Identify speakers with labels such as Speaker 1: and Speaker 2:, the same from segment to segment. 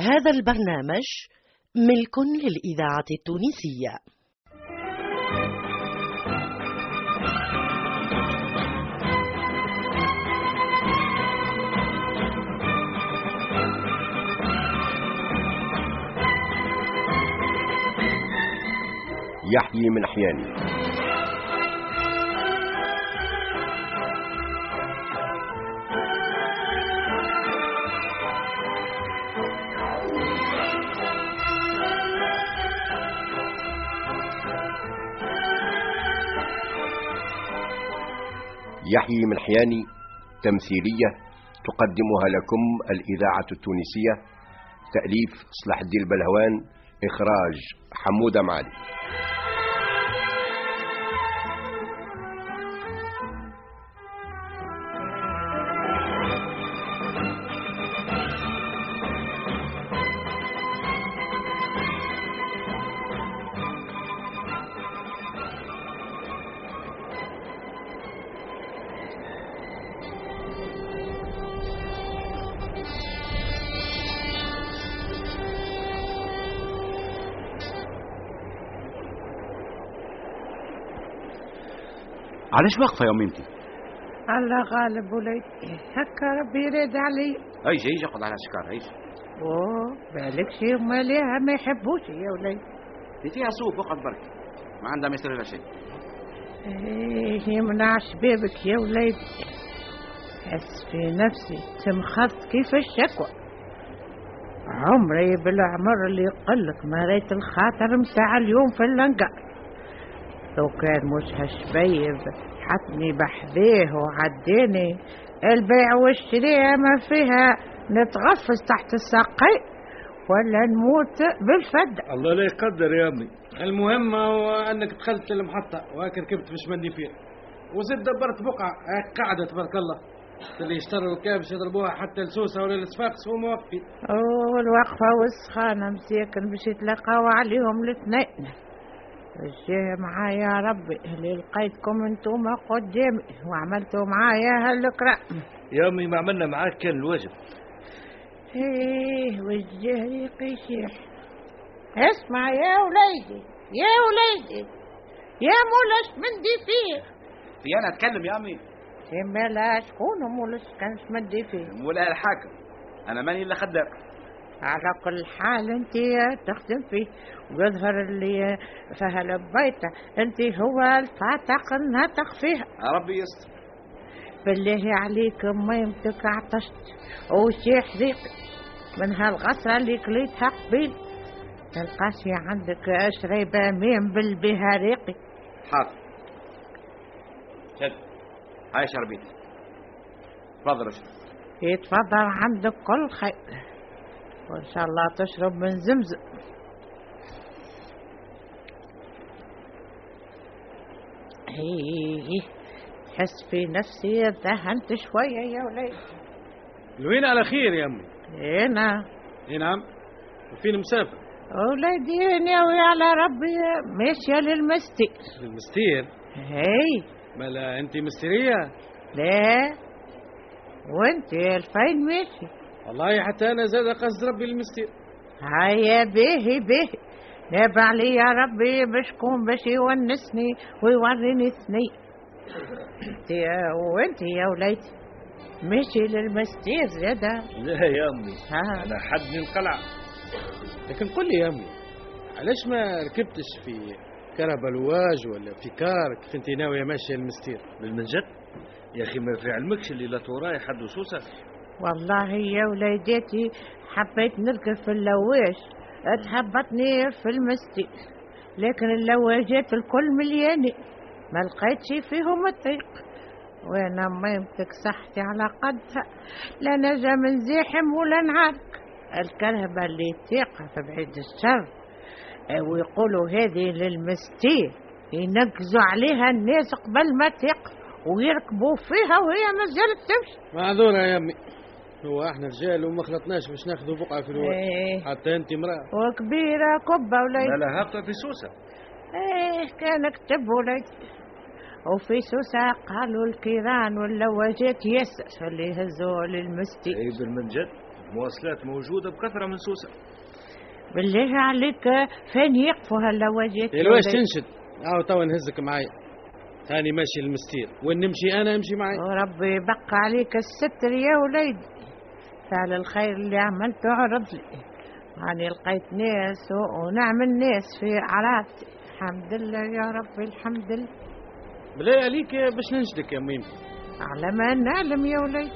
Speaker 1: هذا البرنامج ملك للإذاعة التونسية
Speaker 2: يحيي من حياني يحيي من حياني تمثيلية تقدمها لكم الإذاعة التونسية تأليف صلاح الدين البلهوان إخراج حمودة معالي
Speaker 3: علاش واقفه يا ميمتي
Speaker 4: الله غالب وليدي هكا ربي يرد علي
Speaker 3: ايش ايش اقعد على الشكار ايش
Speaker 4: اوه بالك شي ماليها ما يحبوش يا وليدي
Speaker 3: فيها سوق اقعد برك ما عندها ما يصير لها شيء
Speaker 4: ايه يمنع شبابك يا وليدي حس في نفسي تمخض كيف الشكوى عمري بالعمر اللي يقلك ما ريت الخاطر متاع اليوم في اللنقة لو كان مش هالشبيب حطني بحذيه وعديني البيع والشراء ما فيها نتغفز تحت الساقين ولا نموت بالفد
Speaker 5: الله لا يقدر يا امي المهم هو انك دخلت المحطه وهاك ركبت في شمندي فيها وزيد دبرت بقعه هاك قاعده تبارك الله اللي يشتروا الكابش يضربوها حتى لسوسه ولا لصفاقس هو موفي
Speaker 4: والوقفة والسخانة مساكن باش يتلاقاو عليهم الاثنين الجاه معايا يا ربي اللي لقيتكم انتوما قدامي وعملتوا معايا هالكرا
Speaker 5: يا امي ما عملنا معاك كان الواجب
Speaker 4: ايه والجاه ريقي يشيح اسمع يا وليدي يا وليدي يا مولاش مندي فيه
Speaker 3: في انا اتكلم يا امي
Speaker 4: اما لا شكون مولاش كانش مندي فيه
Speaker 3: ولا الحاكم انا ماني الا خدام
Speaker 4: على كل حال انت تخدم فيه ويظهر اللي فيها البيته انت هو الفاتق الناطق فيها
Speaker 3: ربي يستر
Speaker 4: بالله عليك ميمتك عطشت وشيح ريقي من هالغصرة اللي كليتها قبيل تلقاشي عندك شريبة ميم بالبها ريقي
Speaker 3: حاضر شد هاي شربيتي تفضل اشرب
Speaker 4: يتفضل عندك كل خير وإن شاء الله تشرب من زمزم هي تحس إيه، في نفسي اتدهنت شوية يا وليد
Speaker 5: لوين على خير يا امي
Speaker 4: هنا
Speaker 5: اي نعم وفين مسافر
Speaker 4: وليدي ناوي على ربي ماشية للمستير
Speaker 5: المستير
Speaker 4: هي
Speaker 5: مالا انت مستيريه
Speaker 4: لا وانت الفين ماشي
Speaker 5: والله حتى انا زاد قصد ربي المستير
Speaker 4: هيا به به ناب علي يا ربي بشكون باش يونسني ويوريني ثني انت يا- وانت يا وليدي مشي للمستير زادا
Speaker 5: لا يا امي
Speaker 4: ها.
Speaker 5: انا حدني القلعه لكن قل لي يا امي علاش ما ركبتش في كهرباء لواج ولا في كار كيف انت ناويه ماشيه المستير بالمنجد يا اخي ما في علمكش اللي لا توراي حد وسوسه
Speaker 4: والله يا وليداتي حبيت نركب في اللواج تهبطني في المستير لكن اللواجات الكل مليانة ما لقيتش فيهم الطريق وانا ما يمسك صحتي على قدها لا نجا من زاحم ولا نعرك الكرهبة اللي تيقف بعيد الشر آه، ويقولوا هذه للمستير ينقزوا عليها الناس قبل ما تقف ويركبوا فيها وهي مازالت تمشي
Speaker 5: معذوره يا امي هو احنا رجال وما خلطناش باش ناخذوا بقعه في الواج
Speaker 4: إيه. طيب.
Speaker 5: حتى انت امراه
Speaker 4: وكبيرة كبة وليد
Speaker 5: لا هابطه في سوسه
Speaker 4: ايه كان كتب وليد وفي سوسة
Speaker 5: إيه.
Speaker 4: قالوا الكيران واللواجات ياسر اللي هزوا للمستي
Speaker 5: بالمنجد مواصلات موجودة بكثرة من سوسة
Speaker 4: بالله عليك فين يقفوا هاللواجات يا
Speaker 5: يا واش
Speaker 4: وليد؟
Speaker 5: تنشد هاو توا نهزك معايا هاني ماشي المستير وين نمشي انا امشي
Speaker 6: أه.
Speaker 5: معايا
Speaker 4: وربي يبقى عليك الستر يا وليدي فعل الخير اللي عملته عرض لي يعني لقيت ناس و- ونعمل ناس في عراتي الحمد لله يا ربي الحمد لله
Speaker 5: بلا عليك باش ننشدك يا ميمي
Speaker 4: على ما نعلم يا وليد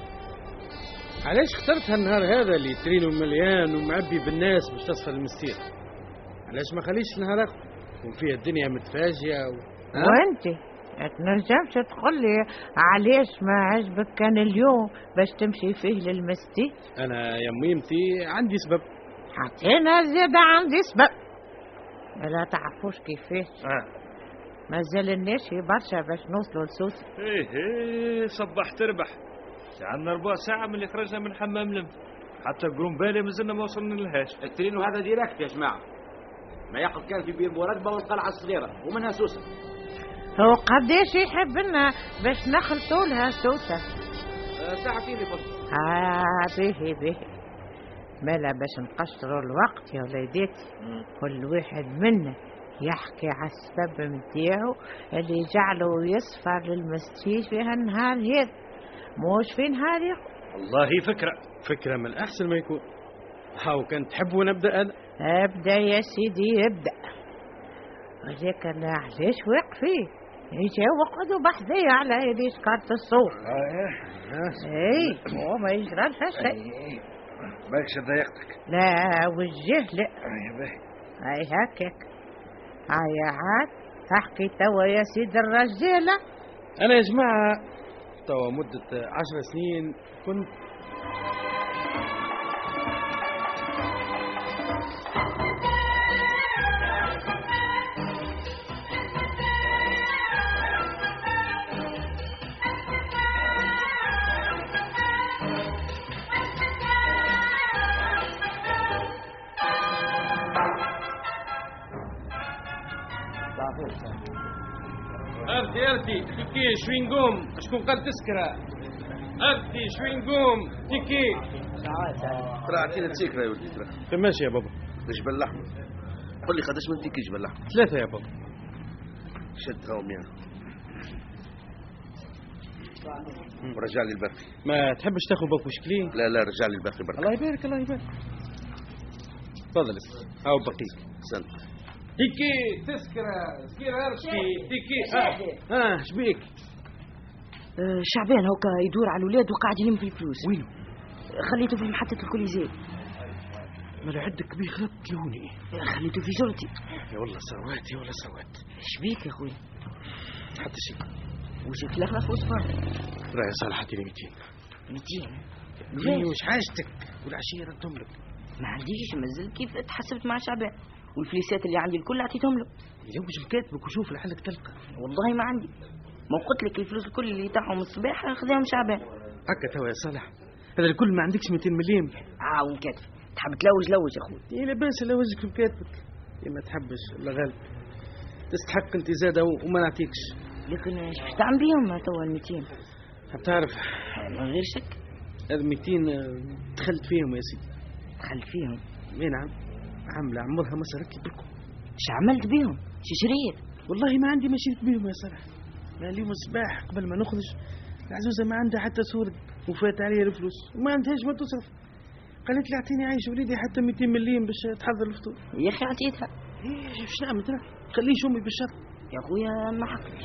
Speaker 5: علاش اخترت هالنهار هذا اللي ترينو مليان ومعبي بالناس باش تصفى المستير علاش ما خليش نهار اخر وفيها الدنيا متفاجئه و... ها؟
Speaker 4: وانت تنجمش تقول لي علاش ما عجبك كان اليوم باش تمشي فيه للمستي
Speaker 5: انا يا ميمتي عندي سبب
Speaker 4: حتى انا زاد عندي سبب لا تعرفوش كيفاش
Speaker 6: أه.
Speaker 5: اه
Speaker 4: مازال الناس في برشا باش نوصلوا لسوسة
Speaker 6: ايه ايه صبح تربح عندنا ربع ساعة من اللي خرجنا من حمام لم حتى قرنبالي مازلنا ما وصلنا لهاش
Speaker 3: الترين هذا ديركت يا جماعه ما ياخذ كان في بير مركبه والقلعه الصغيره ومنها سوسه
Speaker 4: هو قداش يحب لنا باش نخلطوا لها سوسة
Speaker 3: آه، ساعتين يفضل
Speaker 4: آه به به مالا باش نقشروا الوقت يا وليداتي كل واحد منا يحكي على السبب متاعو اللي جعله يسفر للمستشفى في هالنهار هذا موش في نهار يق-
Speaker 6: والله فكرة
Speaker 5: فكره من الاحسن ما يكون هاو كان تحب ونبدا انا
Speaker 4: ابدا يا سيدي ابدا ولكن علاش واقفين يجاو وقعدوا بحذايا على هذيش كارت الصوت اي وما يجرى لها
Speaker 5: أيوه.
Speaker 4: شيء
Speaker 5: بالكش ضايقتك
Speaker 4: لا وجه لا هاي هكاك هاي عاد احكي توا يا سيدي الرجاله
Speaker 5: انا يا جماعه توا مده عشر سنين كنت ارتي ارتي تيكي شوين قوم شكون قال تسكره ارتي شوين قوم تيكي
Speaker 3: طلعتينا تسكر يا ولدي ترى
Speaker 5: ماشي يا بابا
Speaker 3: جبل الاحمر قل لي قداش من تيكي جبل الاحمر
Speaker 5: ثلاثة يا بابا
Speaker 3: شد غوم يعني ورجع لي الباقي
Speaker 5: ما تحبش تاخذ بابا شكلين
Speaker 3: لا لا رجع لي الباقي برك
Speaker 5: الله يبارك الله يبارك تفضل استا. هاو بقيك
Speaker 3: سلم
Speaker 5: تيكي تسكره سكير ارتي تيكي ها آه. شبيك
Speaker 7: آه، شعبان هوكا يدور على الولاد وقاعد يلم في الفلوس وينو؟ خليته في محطة الكوليزي
Speaker 5: ما عندك بيه خلط لوني
Speaker 7: خليته في جرتي
Speaker 5: يا والله سروات يا والله سروات
Speaker 7: شبيك يا خويا
Speaker 5: حتى شيء
Speaker 7: وشك لخلخ وصفر
Speaker 5: راه صالح حطيلي 200
Speaker 7: متين
Speaker 5: إيه، وش حاجتك والعشية ردهم لك
Speaker 7: ما عنديش مازال كيف تحسبت مع شعبان والفليسات اللي عندي الكل اعطيتهم له
Speaker 5: يزوج الكاتبك وشوف لحالك تلقى
Speaker 7: والله ما عندي ما قلت لك الفلوس الكل اللي تاعهم الصباح خذاهم شعبان
Speaker 5: هكا توا يا صالح هذا الكل ما عندكش 200 مليم
Speaker 7: عاون كاتف آه، تحب تلوج لوج يا خويا
Speaker 5: يا لاباس على وجهك بكاتبك يا ما تحبش الله غالب تستحق انت زاده و- وما نعطيكش
Speaker 7: لكن ايش باش تعمل بيهم توا ال 200
Speaker 5: تعرف
Speaker 7: من غير شك
Speaker 5: هذا 200 آه، دخلت فيهم يا سيدي
Speaker 7: دخل فيهم
Speaker 5: اي نعم عامله عمرها ما صارت لي بركم
Speaker 7: اش عملت بيهم شي شريت
Speaker 5: والله ما عندي مشيت بيهم يا صالح ما اليوم الصباح قبل ما نخرج العزوزه ما عندها حتى صورة وفات عليها الفلوس وما عندهاش ما تصرف قالت لي اعطيني عايش وليدي حتى 200 مليم باش تحضر الفطور
Speaker 7: يا اخي عطيتها
Speaker 5: إيه، باش نعمل ترى خليه امي بالشر
Speaker 7: يا خويا ما حقش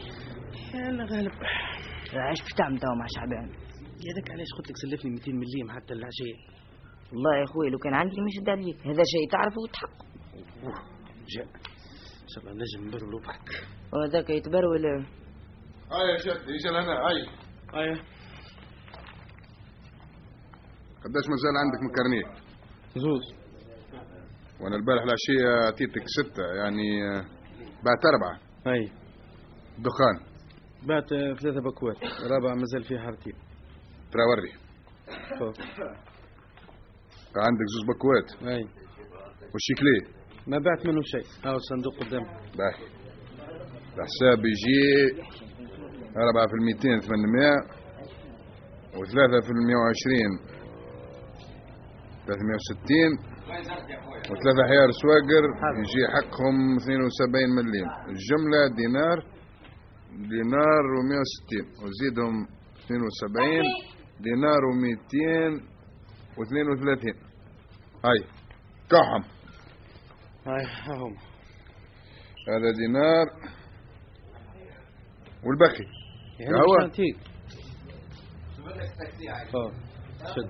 Speaker 5: يا الله غالب
Speaker 7: ايش باش تعمل توا مع شعبان
Speaker 5: هذاك علاش قلت لك سلفني 200 مليم حتى العشيه
Speaker 7: والله يا اخوي لو كان عندي مش دار ليك هذا شيء تعرفه وتحقه
Speaker 5: أوه، جاء ان شاء الله نجم نبرلو بعد
Speaker 7: وهذاك يتبرول
Speaker 8: هاي آه، يا جدي اجا لهنا هاي
Speaker 5: ايه
Speaker 8: قداش مازال عندك من كرنيه
Speaker 5: زوز
Speaker 8: وانا البارح العشيه اعطيتك سته يعني آه، بعت اربعه
Speaker 5: اي
Speaker 8: دخان
Speaker 5: بعت آه، ثلاثة بكوات الرابع مازال فيه حرتين
Speaker 8: ترى وري
Speaker 5: فوق.
Speaker 8: عندك زوز بكوات
Speaker 5: اي
Speaker 8: والشيكلي
Speaker 5: ما بعت منه شيء هاو الصندوق قدام
Speaker 8: باهي الحساب يجي أربعة في الميتين ثمانمائة وثلاثة في المية وعشرين 360 وثلاثة حيار سواقر يجي حقهم 72 مليم الجملة دينار دينار و160 وزيدهم 72 دينار و200 و32 هاي كحم
Speaker 5: هاي ها هم
Speaker 8: هذا دينار والباقي
Speaker 5: يعني
Speaker 8: هو.
Speaker 5: مش نعطيك. آه، شد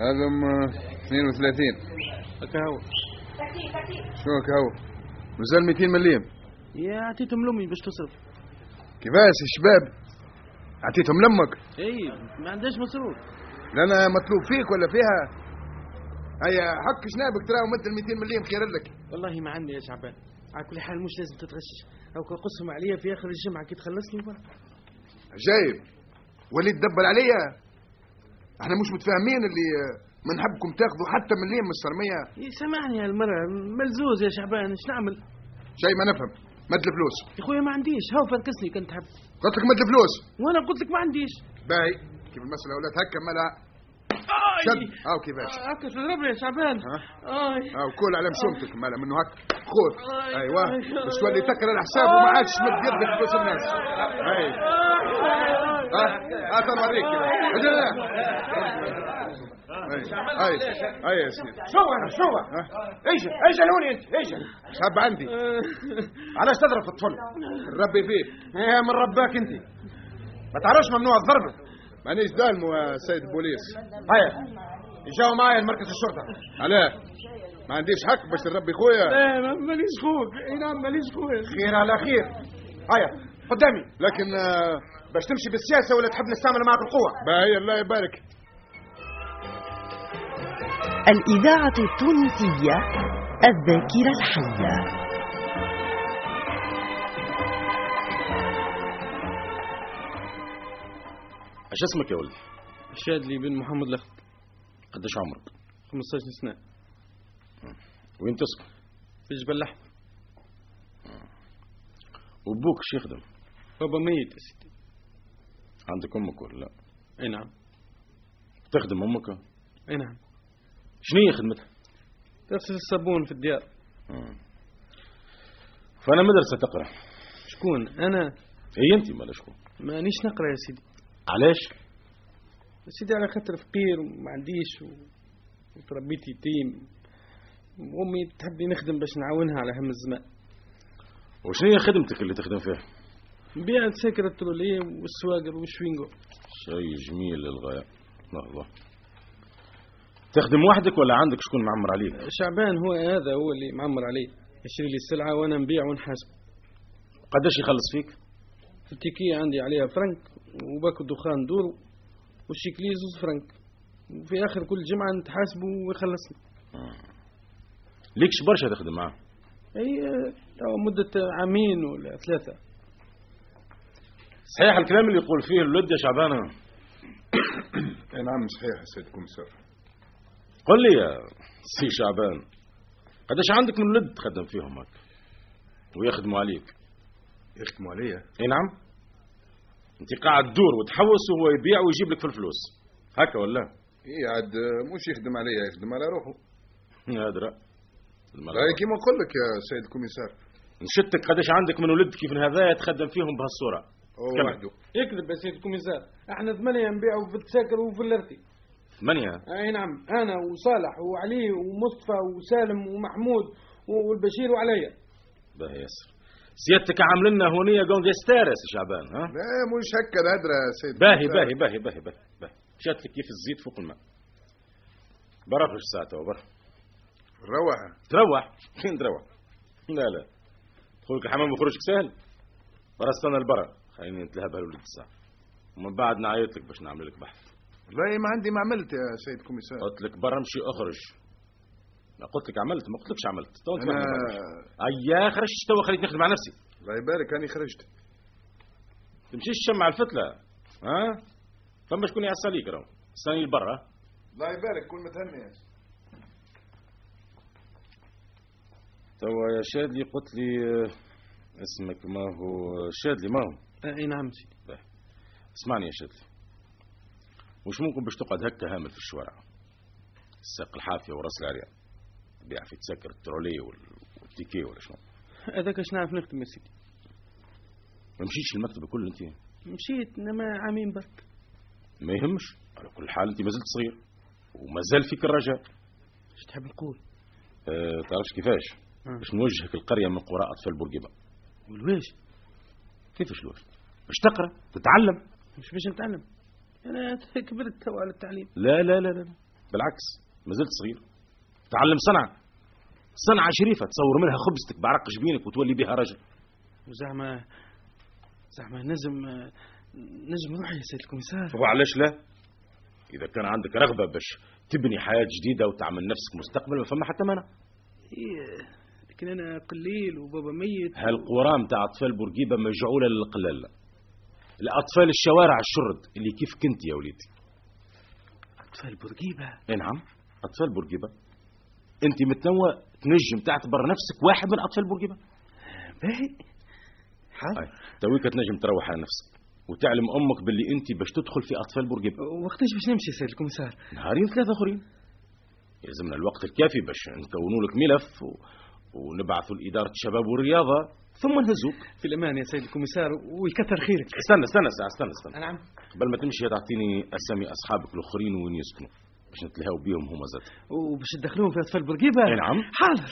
Speaker 8: هذم 32
Speaker 5: هكا هو
Speaker 8: شنو هو مازال 200 مليم
Speaker 5: يا اعطيتهم لامي باش تصرف
Speaker 8: كيفاش الشباب اعطيتهم لامك
Speaker 5: اي ما عندهاش مصروف
Speaker 8: لنا مطلوب فيك ولا فيها هيا حك شنابك تراهم انت ال 200 مليم خير لك
Speaker 5: والله ما عندي يا شعبان على كل حال مش لازم تتغشش او قصهم عليا في اخر الجمعه كي تخلصني برا.
Speaker 8: عجايب وليد دبل عليا احنا مش متفاهمين اللي ما نحبكم تاخذوا حتى مليم من السرميه
Speaker 5: إيه، سامحني هالمره ملزوز يا شعبان ايش نعمل
Speaker 8: شيء ما نفهم مد الفلوس
Speaker 5: يا خويا ما عنديش هاو فركسني كنت حب
Speaker 8: قلت لك مد الفلوس
Speaker 5: وانا قلت لك ما عنديش
Speaker 8: باهي كيف المساله ولا تهكم مالها
Speaker 5: آي.
Speaker 8: شد هاو كيفاش
Speaker 5: آه، هكا تضربني يا شعبان آه.
Speaker 8: ها؟
Speaker 5: اي
Speaker 8: هاو كل على مسومتك مالها منه هك خذ
Speaker 5: آي.
Speaker 8: ايوه
Speaker 5: آي.
Speaker 8: باش تولي تقرا الحساب وما عادش تمد يدك فلوس الناس اي ها ها تنوريك اجل اي اي يا سيدي
Speaker 3: شو انا شو
Speaker 8: ها؟
Speaker 3: ايش ايش هوني انت ايش
Speaker 8: شاب عندي
Speaker 3: علاش تضرب الطفل
Speaker 8: ربي فيك
Speaker 3: ايه من رباك انت ما تعرفش ممنوع الضرب
Speaker 8: مانيش ظالمه يا سيد البوليس
Speaker 3: هيا جاوا معايا لمركز الشرطه
Speaker 8: علاه ما عنديش حق باش نربي خويا
Speaker 5: لا آه، ماليش خوك اي نعم ماليش خوك
Speaker 3: خير على خير هيا قدامي
Speaker 8: لكن آه،
Speaker 3: باش تمشي بالسياسه ولا تحب نستعمل معك القوه
Speaker 8: باهي الله يبارك
Speaker 1: الإذاعة التونسية الذاكرة الحية
Speaker 9: اش اسمك يا ولدي؟
Speaker 5: شادلي بن محمد لخط
Speaker 9: قداش عمرك؟
Speaker 5: 15 سنه
Speaker 9: وين تسكن؟
Speaker 5: في جبل الاحمر
Speaker 9: وبوك اش يخدم؟
Speaker 5: بابا ميت يا سيدي
Speaker 9: عندك امك ولا لا؟
Speaker 5: اي نعم
Speaker 9: تخدم امك؟
Speaker 5: اي نعم
Speaker 9: شنو هي خدمتها؟
Speaker 5: تغسل الصابون في الديار
Speaker 9: فانا مدرسه تقرا
Speaker 5: شكون انا
Speaker 9: هي انت مالا شكون؟
Speaker 5: مانيش نقرا يا سيدي
Speaker 9: علاش؟
Speaker 5: يا سيدي على خاطر فقير وما عنديش و... وتربيت يتيم وامي تحبني نخدم باش نعاونها على هم الزمان
Speaker 9: وشنو هي خدمتك اللي تخدم فيها؟
Speaker 5: نبيع السكر التروليه والسواقر والشوينجو
Speaker 9: شيء جميل للغايه لحظه تخدم وحدك ولا عندك شكون معمر عليك؟
Speaker 5: شعبان هو هذا هو اللي معمر عليه يشري لي السلعه وانا نبيع ونحاسب
Speaker 9: قداش يخلص فيك؟
Speaker 5: في التيكية عندي عليها فرنك وباكو الدخان دورو والشيكلي زوز فرنك وفي اخر كل جمعه نتحاسبه ويخلصني
Speaker 9: ليكش برشا تخدم معاه
Speaker 5: اي آه، توا مده عامين ولا ثلاثه
Speaker 9: صحيح الكلام اللي يقول فيه الولد يا شعبانه
Speaker 8: اي نعم صحيح يا سيد كومسار
Speaker 9: قل لي يا سي شعبان قداش عندك من ولد تخدم فيهم هك ويخدموا عليك
Speaker 8: يخدموا عليا
Speaker 9: اي نعم انت قاعد تدور وتحوس وهو يبيع ويجيب لك في الفلوس هكا ولا
Speaker 8: اي عاد آه، مش يخدم عليا يخدم على روحه
Speaker 9: يا درا
Speaker 8: باهي كيما نقول لك يا سيد الكوميسار
Speaker 9: نشتك قداش عندك من ولد كيف هذا تخدم فيهم بهالصوره
Speaker 8: هو
Speaker 9: كمل.
Speaker 8: وحده
Speaker 5: يكذب يا سيدي الكوميسار احنا ثمانية نبيعوا في التساكر وفي اللرتي
Speaker 9: ثمانية
Speaker 5: اي نعم انا وصالح وعلي ومصطفى وسالم ومحمود و- والبشير وعليا
Speaker 9: باهي ياسر سيادتك عامل لنا هونية جوندي ستارس يا شعبان ها
Speaker 8: لا مش هكا الهدرة يا سيد
Speaker 9: باهي
Speaker 8: الكوميسار.
Speaker 9: باهي باهي باهي باهي باهي شات لك كيف الزيت فوق الماء برا في الساعة توا برا
Speaker 8: روعة
Speaker 9: تروح فين تروح لا لا دخولك الحمام وخروجك سهل برا استنى لبرا خليني نتلهبها لولد الساعة ومن بعد نعيط لك باش نعمل لك بحث
Speaker 8: والله ما عندي ما عملت يا سيد الكوميسار
Speaker 9: قلت لك برا مشي اخرج ما قلت لك عملت ما قلت لكش عملت تو
Speaker 8: انا
Speaker 9: ايا خرجت تو خليت نخدم على نفسي
Speaker 8: الله يبارك هاني خرجت
Speaker 9: تمشيش شمع الفتلة ها فما شكون يعصى ليك راهو استني لبرا
Speaker 8: الله يبارك كل ما
Speaker 6: آه،
Speaker 8: تهني
Speaker 9: توا يا شادلي قلت لي آه، اسمك ما هو شادلي ما هو
Speaker 5: اي نعم آه، سيدي
Speaker 9: اسمعني يا شادلي وش ممكن باش تقعد هكا هامل في الشوارع الساق الحافيه وراس العريان تبيع في تسكر الترولي وال- والتيكي ولا شنو
Speaker 5: هذاك اش نعرف نخدم يا سيدي
Speaker 9: ما مشيتش المكتب الكل انت
Speaker 5: مشيت انما عامين برك
Speaker 9: ما يهمش على كل حال انت مازلت صغير ومازال فيك الرجاء
Speaker 5: اش تحب نقول
Speaker 9: أه تعرفش كيفاش
Speaker 5: آه.
Speaker 9: باش نوجهك القريه من قراء اطفال بورقيبه
Speaker 5: والواش
Speaker 9: كيفاش الوقت باش تقرا تتعلم
Speaker 5: مش باش نتعلم انا كبرت تو على التعليم
Speaker 9: لا لا لا لا لا. بالعكس مازلت صغير تعلم صنعه صنعه شريفه تصور منها خبزتك بعرق جبينك وتولي بها رجل
Speaker 5: وزعما زعما نجم آه، نجم روحي يا سيد الكوميسار
Speaker 9: وعلاش لا اذا كان عندك رغبه باش تبني حياه جديده وتعمل نفسك مستقبل ما فما حتى مانع
Speaker 5: إيه، لكن انا قليل وبابا ميت
Speaker 9: هالقرى متاع اطفال بورقيبه مجعوله للقلاله الاطفال الشوارع الشرد اللي كيف كنت يا وليدي
Speaker 5: اطفال بورقيبه
Speaker 9: اي نعم اطفال بورقيبه انت متنوع تنجم تعتبر نفسك واحد من اطفال بورقيبه
Speaker 5: باهي
Speaker 9: أي، طيب.
Speaker 5: حاضر
Speaker 9: تويك تنجم تروح على نفسك وتعلم امك باللي انت باش تدخل في اطفال بورقيبه
Speaker 5: وقتاش باش نمشي يا سيد الكوميسار
Speaker 9: نهارين ثلاثه اخرين يلزمنا الوقت الكافي باش نكونوا لك ملف و... ونبعثوا لاداره الشباب والرياضه ثم نهزوك
Speaker 5: في الامان يا سيد الكوميسار ويكثر خيرك
Speaker 9: استنى استنى ساعه استنى استنى
Speaker 5: نعم
Speaker 9: قبل ما تمشي تعطيني اسامي اصحابك الاخرين وين يسكنوا باش نتلهاو بيهم هما زاد
Speaker 5: وباش تدخلوهم في اطفال بورقيبه
Speaker 9: أي نعم.
Speaker 5: حاضر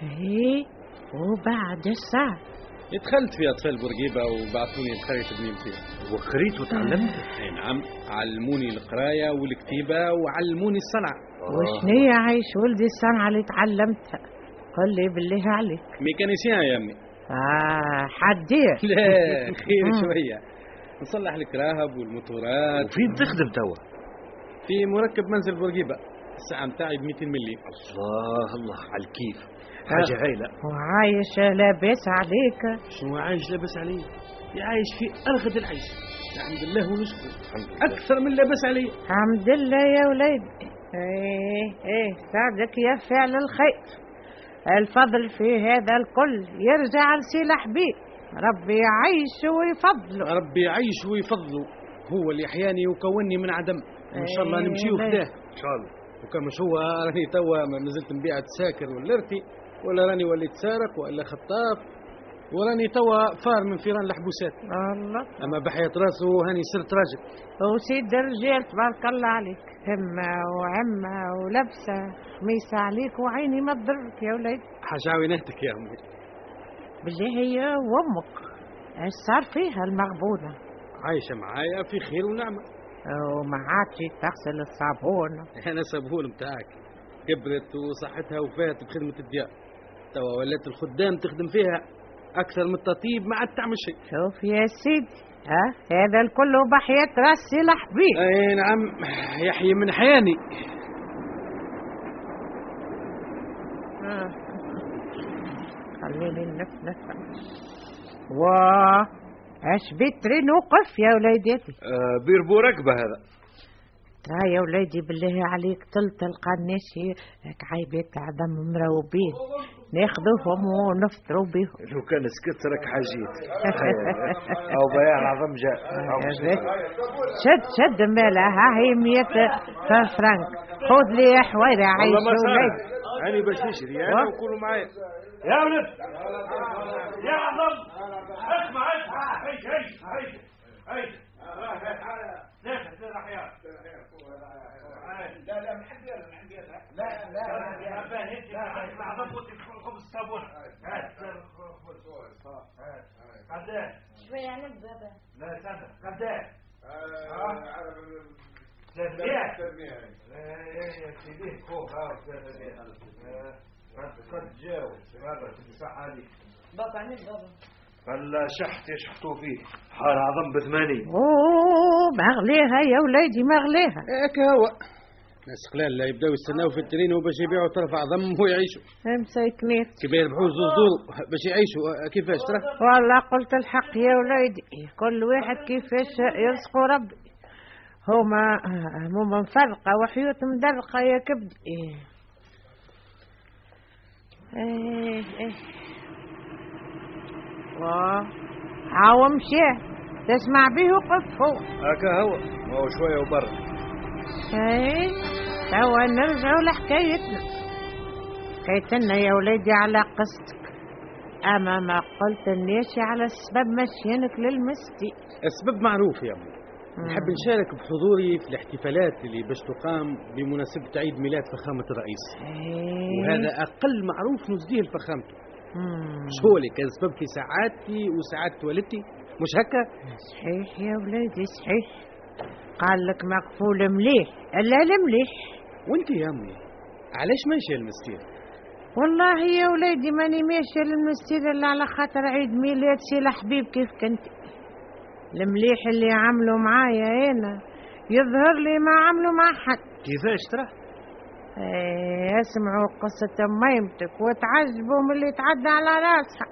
Speaker 4: هي إيه؟ وبعد الساعة
Speaker 5: دخلت في اطفال بورقيبه وبعثوني القريه بنين فيها وقريت وتعلمت اي نعم علموني القرايه والكتيبه وعلموني الصنعه
Speaker 2: آه.
Speaker 4: وشنية عايش ولدي الصنعة اللي تعلمتها قل لي بالله عليك
Speaker 5: ميكانيسيان يا امي
Speaker 4: آه حدير
Speaker 5: لا خير شويه نصلح الكراهب والموتورات
Speaker 6: وفين تخدم توا؟
Speaker 5: في مركب منزل بورقيبه الساعه نتاعي ب 200 ملي
Speaker 6: الله الله على الكيف حاجه هايله
Speaker 4: وعايش لاباس عليك
Speaker 5: شنو عايش لابس عليه عايش في ارغد العيش الحمد لله ونشكر اكثر من لابس عليه
Speaker 4: الحمد لله يا وليدي ايه ايه صادق يا فعل الخير الفضل في هذا الكل يرجع لسي لحبيب ربي يعيش ويفضله
Speaker 5: ربي يعيش ويفضله هو اللي احياني وكوني من عدم وان شاء الله
Speaker 4: إيه
Speaker 5: نمشي
Speaker 4: باهي.
Speaker 5: وحداه ان شاء الله وكمش هو راني توا ما مازلت نبيع تساكر ولا ارتي ولا راني وليت سارق ولا خطاف وراني توا فار من فيران الحبوسات
Speaker 4: الله
Speaker 5: اما بحياة راسه هاني صرت راجل
Speaker 4: وسيد الرجال تبارك الله عليك همة وعمة ولبسة خميسة عليك وعيني ما تضرك يا وليد
Speaker 5: حاجة عاوناتك يا امي
Speaker 4: بالله هي وامك اش صار فيها المغبونة
Speaker 5: عايشة معايا في خير ونعمة
Speaker 4: وما عادش تغسل الصابون
Speaker 5: انا سبهول متاعك كبرت وصحتها وفات بخدمة الديار توا ولات الخدام تخدم فيها اكثر من التطيب ما عاد تعمل شيء
Speaker 4: شوف يا سيدي ها هذا الكل بحياة راسي لحبيب
Speaker 5: اي نعم يحيي من حياني
Speaker 4: خليني نفنف واه اش بيت ترين وقف يا وليداتي
Speaker 6: بيربو ركبه هذا
Speaker 4: ترى يا وليدي بالله عليك طلت القناشي هيك عيبات عدم مروبين ناخذوهم ونفطروا بهم
Speaker 6: لو كان سكت راك حاجيت او بياع العظم جاء
Speaker 4: شد شد مالها ها هي 100 فرنك خذ لي حويره عيش
Speaker 6: والله ما
Speaker 4: وليدي
Speaker 6: صار انا باش نشري انا وكلوا معايا يا ولد يا عظم اسمع اسمع هيش هيش هيش هيش لا لا من حد يلا من حد يلا لا لا يا ابا هيك العظم والخبز صابون هات الخبز هات قداش
Speaker 7: شوية عنب بابا
Speaker 6: لا استنى قداش آه، تربيع إيه، يا سيدي خوف ها تربيع قد جاو هذا صح عليك
Speaker 7: بابا عنب بابا
Speaker 6: قال شحت يشحطوا فيه حار عظم بثماني
Speaker 4: اوه مغليها يا وليدي مغليها
Speaker 5: هيك هو ناس قلال لا يبداو يستناو في الترين وباش يبيعوا طرف عظم ويعيشوا
Speaker 4: مسيكنيت
Speaker 5: كيف يربحوا زوز دور باش يعيشوا كيفاش ترى
Speaker 4: والله قلت الحق يا وليدي كل واحد كيفاش يرزقه ربي هما هما مفرقة وحيوط مدرقة يا كبدي إيه. إيه إيه واه هاو مشى تسمع بيه وقف فوق
Speaker 5: هكا هو ما هو شوية وبرا
Speaker 4: ايه توا نرجعوا لحكايتنا حكايتنا يا ولادي على قصتك اما ما قلت الناشي على السبب مشيانك للمستي
Speaker 5: السبب معروف يا أمي نحب نشارك بحضوري في الاحتفالات اللي باش تقام بمناسبة عيد ميلاد فخامة الرئيس
Speaker 4: إيه.
Speaker 5: وهذا أقل معروف نزديه لفخامته شو هو اللي كان سبب في سعادتي وسعادة والدتي مش هكا
Speaker 4: صحيح يا ولادي صحيح قال لك مقفول مليح لا لا مليح
Speaker 5: وانت يا أمي علاش ماشية المستير
Speaker 4: والله يا ولادي ماني ماشية للمسجد إلا على خاطر عيد ميلاد سي الحبيب كيف كنت المليح اللي عملوا معايا أنا يظهر لي ما عملوا مع حد
Speaker 5: كيفاش ترى
Speaker 4: إيه، اسمعوا قصة ميمتك وتعجبوا من اللي تعدى على راسها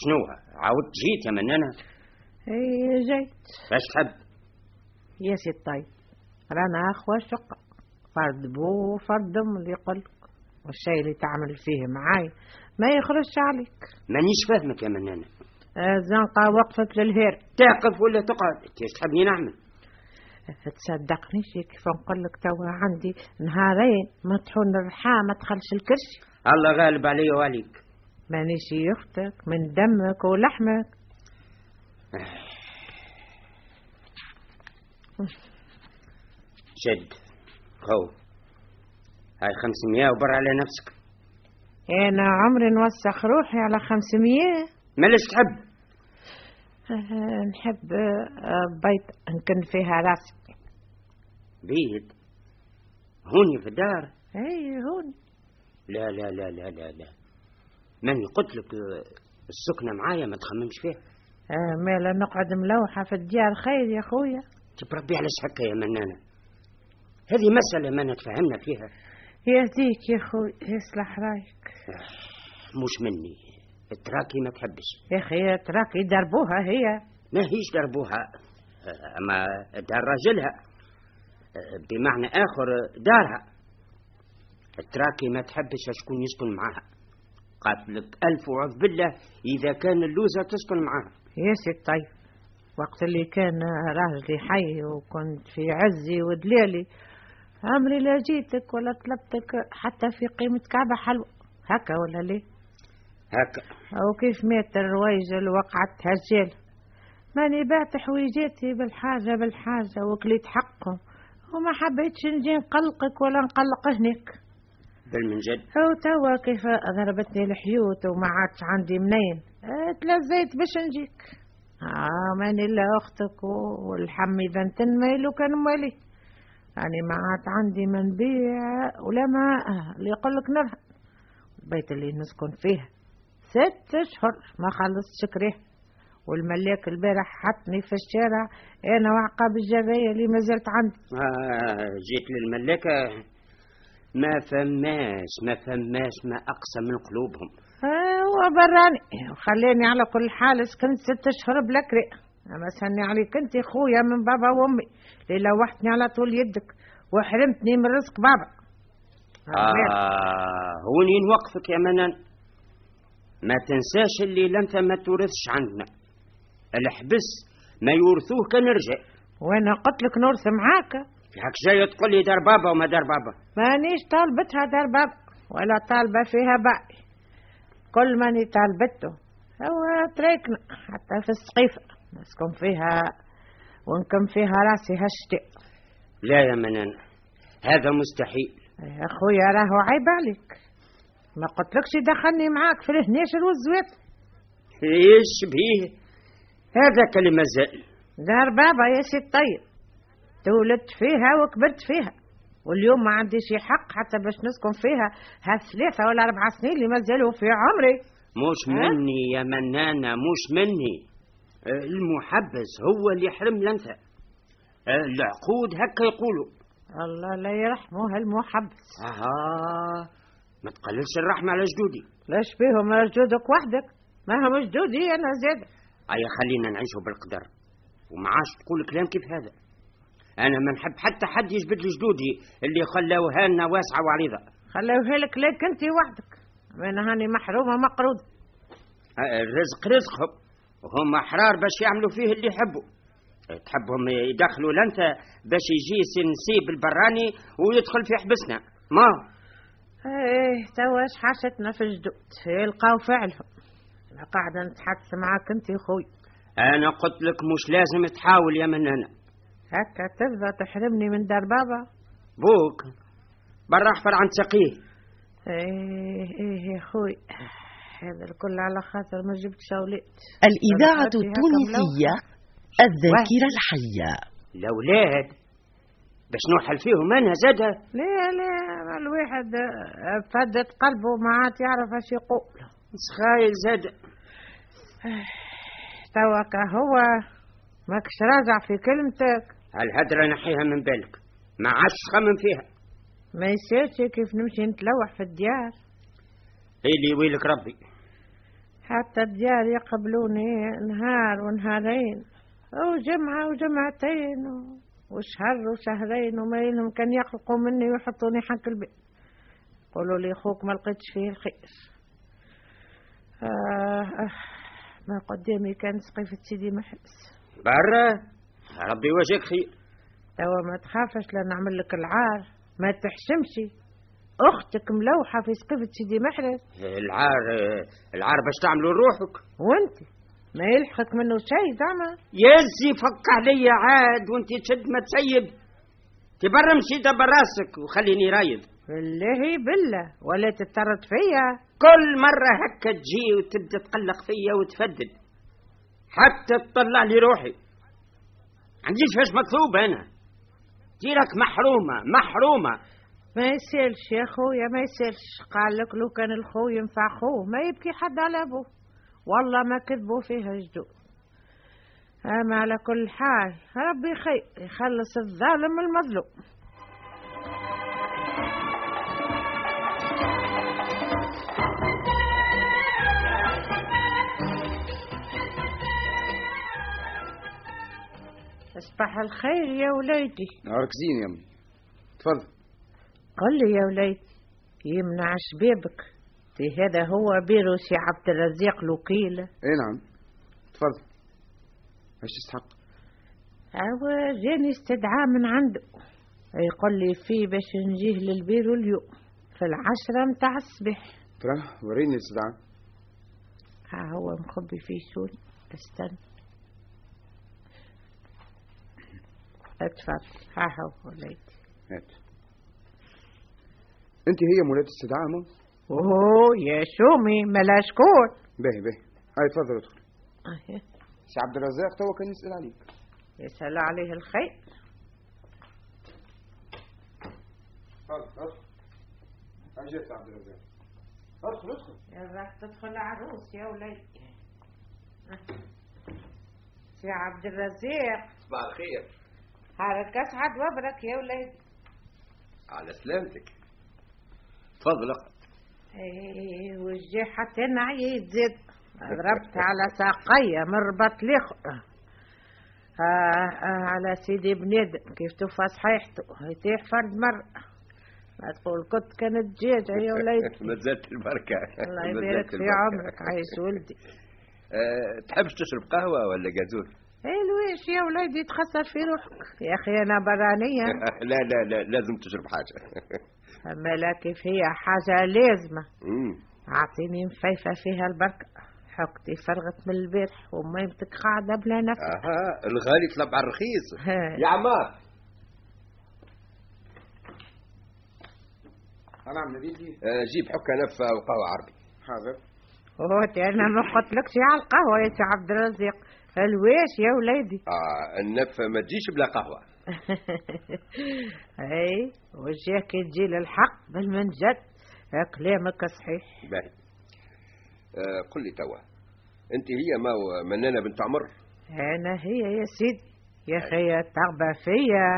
Speaker 10: شنو عاودت جيت يا منانة
Speaker 4: اي جيت
Speaker 10: باش تحب
Speaker 4: إيه، يا سي الطيب رانا أخوة شقة فرد بو وفرد أم اللي يقولك والشيء اللي تعمل فيه معاي ما يخرجش عليك
Speaker 10: مانيش فاهمك يا منانة
Speaker 4: آه، الزنقة وقفت للهير
Speaker 10: تقف ولا تقعد انت ايش تحبني نعمل
Speaker 4: تصدقنيش كيف نقول لك توا عندي نهارين مطحون الرحام ما تخلش الكرش
Speaker 10: الله غالب عليا وعليك
Speaker 4: مانيش اختك من دمك ولحمك
Speaker 10: جد خو هاي 500 وبر على نفسك
Speaker 4: انا عمري نوسخ روحي على خمسمية
Speaker 10: مالش تحب
Speaker 4: آه، نحب آه، آه، بيت نكن فيها راسي
Speaker 10: بيت هوني في الدار
Speaker 4: اي هون
Speaker 10: لا لا لا لا لا لا ماني قلت لك آه، السكنة معايا ما تخممش فيها
Speaker 4: آه، مالا نقعد ملوحة في الديار خير يا خويا
Speaker 10: تبربي علاش هكا يا منانة هذه مسألة ما نتفاهمنا فيها
Speaker 4: يهديك يا خويا يصلح رايك
Speaker 10: مش مني التراكي ما تحبش
Speaker 4: يا اخي تراك يدربوها هي
Speaker 10: ما هيش دربوها آه، أما دار راجلها آه، بمعنى آخر آه، دارها التراكي ما تحبش شكون يسكن معاها قاتلك ألف وعف بالله إذا كان اللوزة تسكن معاها
Speaker 4: يا سي الطيب وقت اللي كان راجلي حي وكنت في عزي ودليلي عمري لا جيتك ولا طلبتك حتى في قيمة كعبة حلوة هكا ولا ليه
Speaker 10: هكا
Speaker 4: وكيف مات الرويجل وقعت هالجيل ماني بعت حويجاتي بالحاجة بالحاجة وكليت حقهم وما حبيتش نجي نقلقك ولا نقلق هناك
Speaker 10: بل من جد
Speaker 4: هو توا كيف ضربتني الحيوت وما عادش عندي منين آه، تلزيت باش نجيك آه ماني إلا أختك و- والحم إذا تنمي لو كان مالي يعني ما عاد عندي ما نبيع ولا ما آه، اللي يقولك نرهن البيت اللي نسكن فيه ست أشهر ما خلصتش كريه والملاك البارح حطني في الشارع أنا وعقاب الجباية اللي ما زلت عندي
Speaker 10: آه جيت للملاكة ما فماش ما فماش ما أقسى من قلوبهم
Speaker 4: هو أيوة، براني وخلاني على كل حال سكنت ست اشهر بلكري اما سني عليك انت خويا من بابا وامي اللي لوحتني على طول يدك وحرمتني من رزق بابا
Speaker 10: آه هوني نوقفك يا منان ما تنساش اللي لمثة ما تورثش عندنا الحبس ما يورثوه كان رجع
Speaker 4: وانا قلت لك نورث معاك
Speaker 10: هاك جاي تقول لي دار بابا وما دار بابا
Speaker 4: مانيش طالبتها دار بابا ولا طالبه فيها بقي كل ماني طالبته هو تريكنا حتى في السقيفه نسكن فيها ونكم فيها راسي هالشتاء
Speaker 10: لا يا منان هذا مستحيل
Speaker 4: يا اخويا راهو عيب عليك ما قلتلكش دخلني معاك في الهناشر والزويت
Speaker 10: ايش بيه هذا كلمة زائل
Speaker 4: دار بابا يا سي الطيب تولدت فيها وكبرت فيها واليوم ما عندي شي حق حتى باش نسكن فيها هالثلاثة ولا أربع سنين اللي مازالوا في عمري
Speaker 10: مش مني يا منانة مش مني آه، المحبس هو اللي حرم الأنثى آه، العقود هكا يقولوا
Speaker 4: الله لا يرحمه هالمحبس
Speaker 10: اها آه، ما تقللش الرحمة على جدودي
Speaker 4: ليش بيهم يا جدودك وحدك ما هم جدودي أنا زاد
Speaker 10: أيا خلينا نعيشوا بالقدر وما عادش تقول كلام كيف هذا أنا ما نحب حتى حد يجبد لي جدودي اللي خلاوها لنا واسعة وعريضة
Speaker 4: خلوها لك لك أنت وحدك أما أنا هاني محرومة مقروضة
Speaker 10: آه، الرزق رزقهم وهم أحرار باش يعملوا فيه اللي يحبوا آه، تحبهم يدخلوا لنتا باش يجي سنسيب البراني ويدخل في حبسنا ما
Speaker 4: ايه توا اش حاشتنا في إيه، الجدود يلقاو فعلهم انا قاعدة نتحدث معاك انت يا خوي
Speaker 10: أنا قلت لك مش لازم تحاول يا منانة
Speaker 4: هكا تبدا تحرمني من دار بابا
Speaker 10: بوك برا احفر عند سقيه
Speaker 4: ايه ايه يا خوي هذا الكل على خاطر ما جبتش اولاد
Speaker 1: الإذاعة التونسية الذاكرة الحية
Speaker 10: الأولاد باش نوحل فيهم أنا زادة
Speaker 4: لا لا الواحد فدت قلبه ما عاد يعرف اش يقول
Speaker 10: سخايل زاد
Speaker 4: توا كهو ماكش راجع في كلمتك
Speaker 10: هالهدرة نحيها من بالك ما عادش خمم فيها
Speaker 4: ما يسالش كيف نمشي نتلوح في الديار
Speaker 10: اللي ويلك ربي
Speaker 4: حتى الديار يقبلوني نهار ونهارين وجمعة وجمعتين و- وشهر وشهرين وما يلهم كان يقلقوا مني ويحطوني حق البيت قولوا لي خوك ما لقيتش فيه الخير آه آه ما قدامي كان سقيفة سيدي محبس
Speaker 10: برا ربي وجهك خير
Speaker 4: توا ما تخافش لا نعمل لك العار ما تحشمش اختك ملوحه في سقيفة سيدي محرز
Speaker 10: العار العار باش تعملوا روحك
Speaker 4: وانت ما يلحقك منه شيء زعما
Speaker 10: يزي فك عليا عاد وانت تشد ما تسيب تبرم مشي دبر راسك وخليني رايد
Speaker 4: بالله بالله ولا تتطرد فيا
Speaker 10: كل مرة هكا تجي وتبدا تقلق فيا وتفدل حتى تطلع لي روحي عنديش فاش مكتوب انا تيرك محرومة محرومة
Speaker 4: ما يسالش يا خويا ما يسالش قال لك لو كان الخوي ينفع خوه ما يبكي حد على ابوه والله ما كذبوا فيها جدود اما على كل حال ربي خير يخلص الظالم من المظلوم صباح الخير يا وليدي
Speaker 5: نهارك زين يا امي تفضل
Speaker 4: قل لي يا وليد يمنع شبابك تي هذا هو بيرو سي عبد الرزاق لوكيلة
Speaker 5: اي نعم تفضل ايش تستحق
Speaker 4: هو جاني استدعاء من عنده يقول لي فيه باش نجيه للبيرو اليوم في العشرة متاع الصبح
Speaker 5: ترى وريني الاستدعاء
Speaker 4: ها هو مخبي فيه شون استنى اتفضل ها هو وليدي
Speaker 5: هات انت نعم. هي مولاة الاستدعاء مو
Speaker 4: اوه يا شومي ملا شكون
Speaker 5: باهي باهي هاي تفضل ادخل
Speaker 4: أهي.
Speaker 5: سي عبد الرزاق توا كان يسال عليك
Speaker 4: يسأل عليه الخير
Speaker 5: تفضل ادخل اجيت عبد الرزاق ادخل ادخل
Speaker 4: راح تدخل عروس يا ولي يا عبد الرزاق
Speaker 2: صباح الخير
Speaker 4: هارك اسعد وبرك يا وليدي
Speaker 2: على سلامتك تفضل اقعد
Speaker 4: ايه وجي حتى انا عييت زد ضربت على ساقية مربط لخ آه آه على سيدي بنادم كيف توفى صحيحته يطيح فرد مرة ما تقول كنت كانت دجاجة يا وليدي
Speaker 2: ما زالت البركه
Speaker 4: أيوة، الله
Speaker 2: ما
Speaker 4: يبارك
Speaker 2: زالت
Speaker 4: في
Speaker 2: البركة.
Speaker 4: عمرك عايش ولدي
Speaker 2: آه، تحبش تشرب قهوه ولا جازوز
Speaker 4: ايه لويش يا وليدي تخسر في روحك يا اخي انا برانية
Speaker 2: لا لا لا لازم تشرب حاجه
Speaker 4: أما لا كيف هي حاجة لازمة
Speaker 2: مم.
Speaker 4: أعطيني مفيفة فيها البركة حقتي فرغت من البارح وميمتك قاعدة بلا نفس
Speaker 2: اها الغالي طلب على الرخيص
Speaker 4: ها.
Speaker 2: يا عمار
Speaker 5: انا عم نبيتي
Speaker 2: آه، جيب حكه نفه وقهوه عربي
Speaker 5: حاضر
Speaker 4: وهوتي أنا ما قلتلكش على القهوة يا سي عبد الرزاق الواش يا وليدي
Speaker 2: آه النفه ما تجيش بلا قهوه
Speaker 4: اي وجهك تجي للحق بالمنجد كلامك صحيح
Speaker 2: باهي آه قل لي توا انت هي ما هو منانه بنت عمر
Speaker 4: انا هي يا سيدي يا اخي تغبى فيا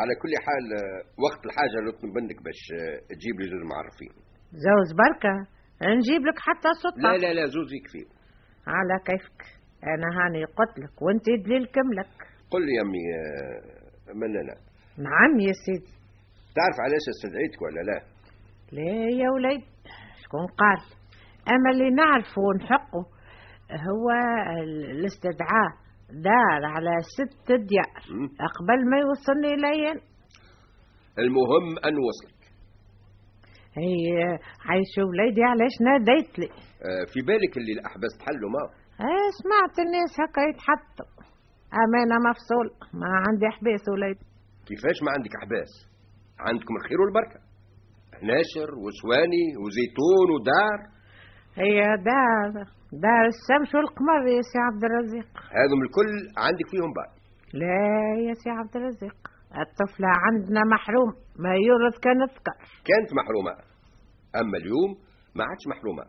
Speaker 2: على كل حال آه، وقت الحاجه نطلب منك باش آه، تجيب لي زوز معرفين
Speaker 4: زوز بركه نجيب لك حتى سطة
Speaker 2: لا لا لا زوز يكفي
Speaker 4: على كيفك انا هاني قلت لك وانت دليل كملك
Speaker 2: قل لي يا امي آه، منانه
Speaker 4: نعم يا سيدي
Speaker 2: تعرف علاش استدعيتك ولا لا
Speaker 4: لا يا وليد شكون قال اما اللي نعرفه ونحقه هو ال- الاستدعاء دار على ست ديار
Speaker 2: مم.
Speaker 4: قبل ما يوصلني لين
Speaker 2: المهم ان وصلت
Speaker 4: هي عايش وليدي علاش ناديت لي
Speaker 2: آه، في بالك اللي الاحبست حله ما
Speaker 4: آه، سمعت الناس هكا يتحطوا امانه مفصول ما عندي حباس وليد
Speaker 2: كيفاش ما عندك احباس عندكم الخير والبركه ناشر وسواني وزيتون ودار
Speaker 4: هي دار دار الشمس والقمر يا سي عبد الرزيق
Speaker 2: هذم الكل عندك فيهم بعض
Speaker 4: لا يا سي عبد الرزيق الطفلة عندنا محروم ما يورث كنذكر
Speaker 2: كانت محرومه اما اليوم ما عادش محرومه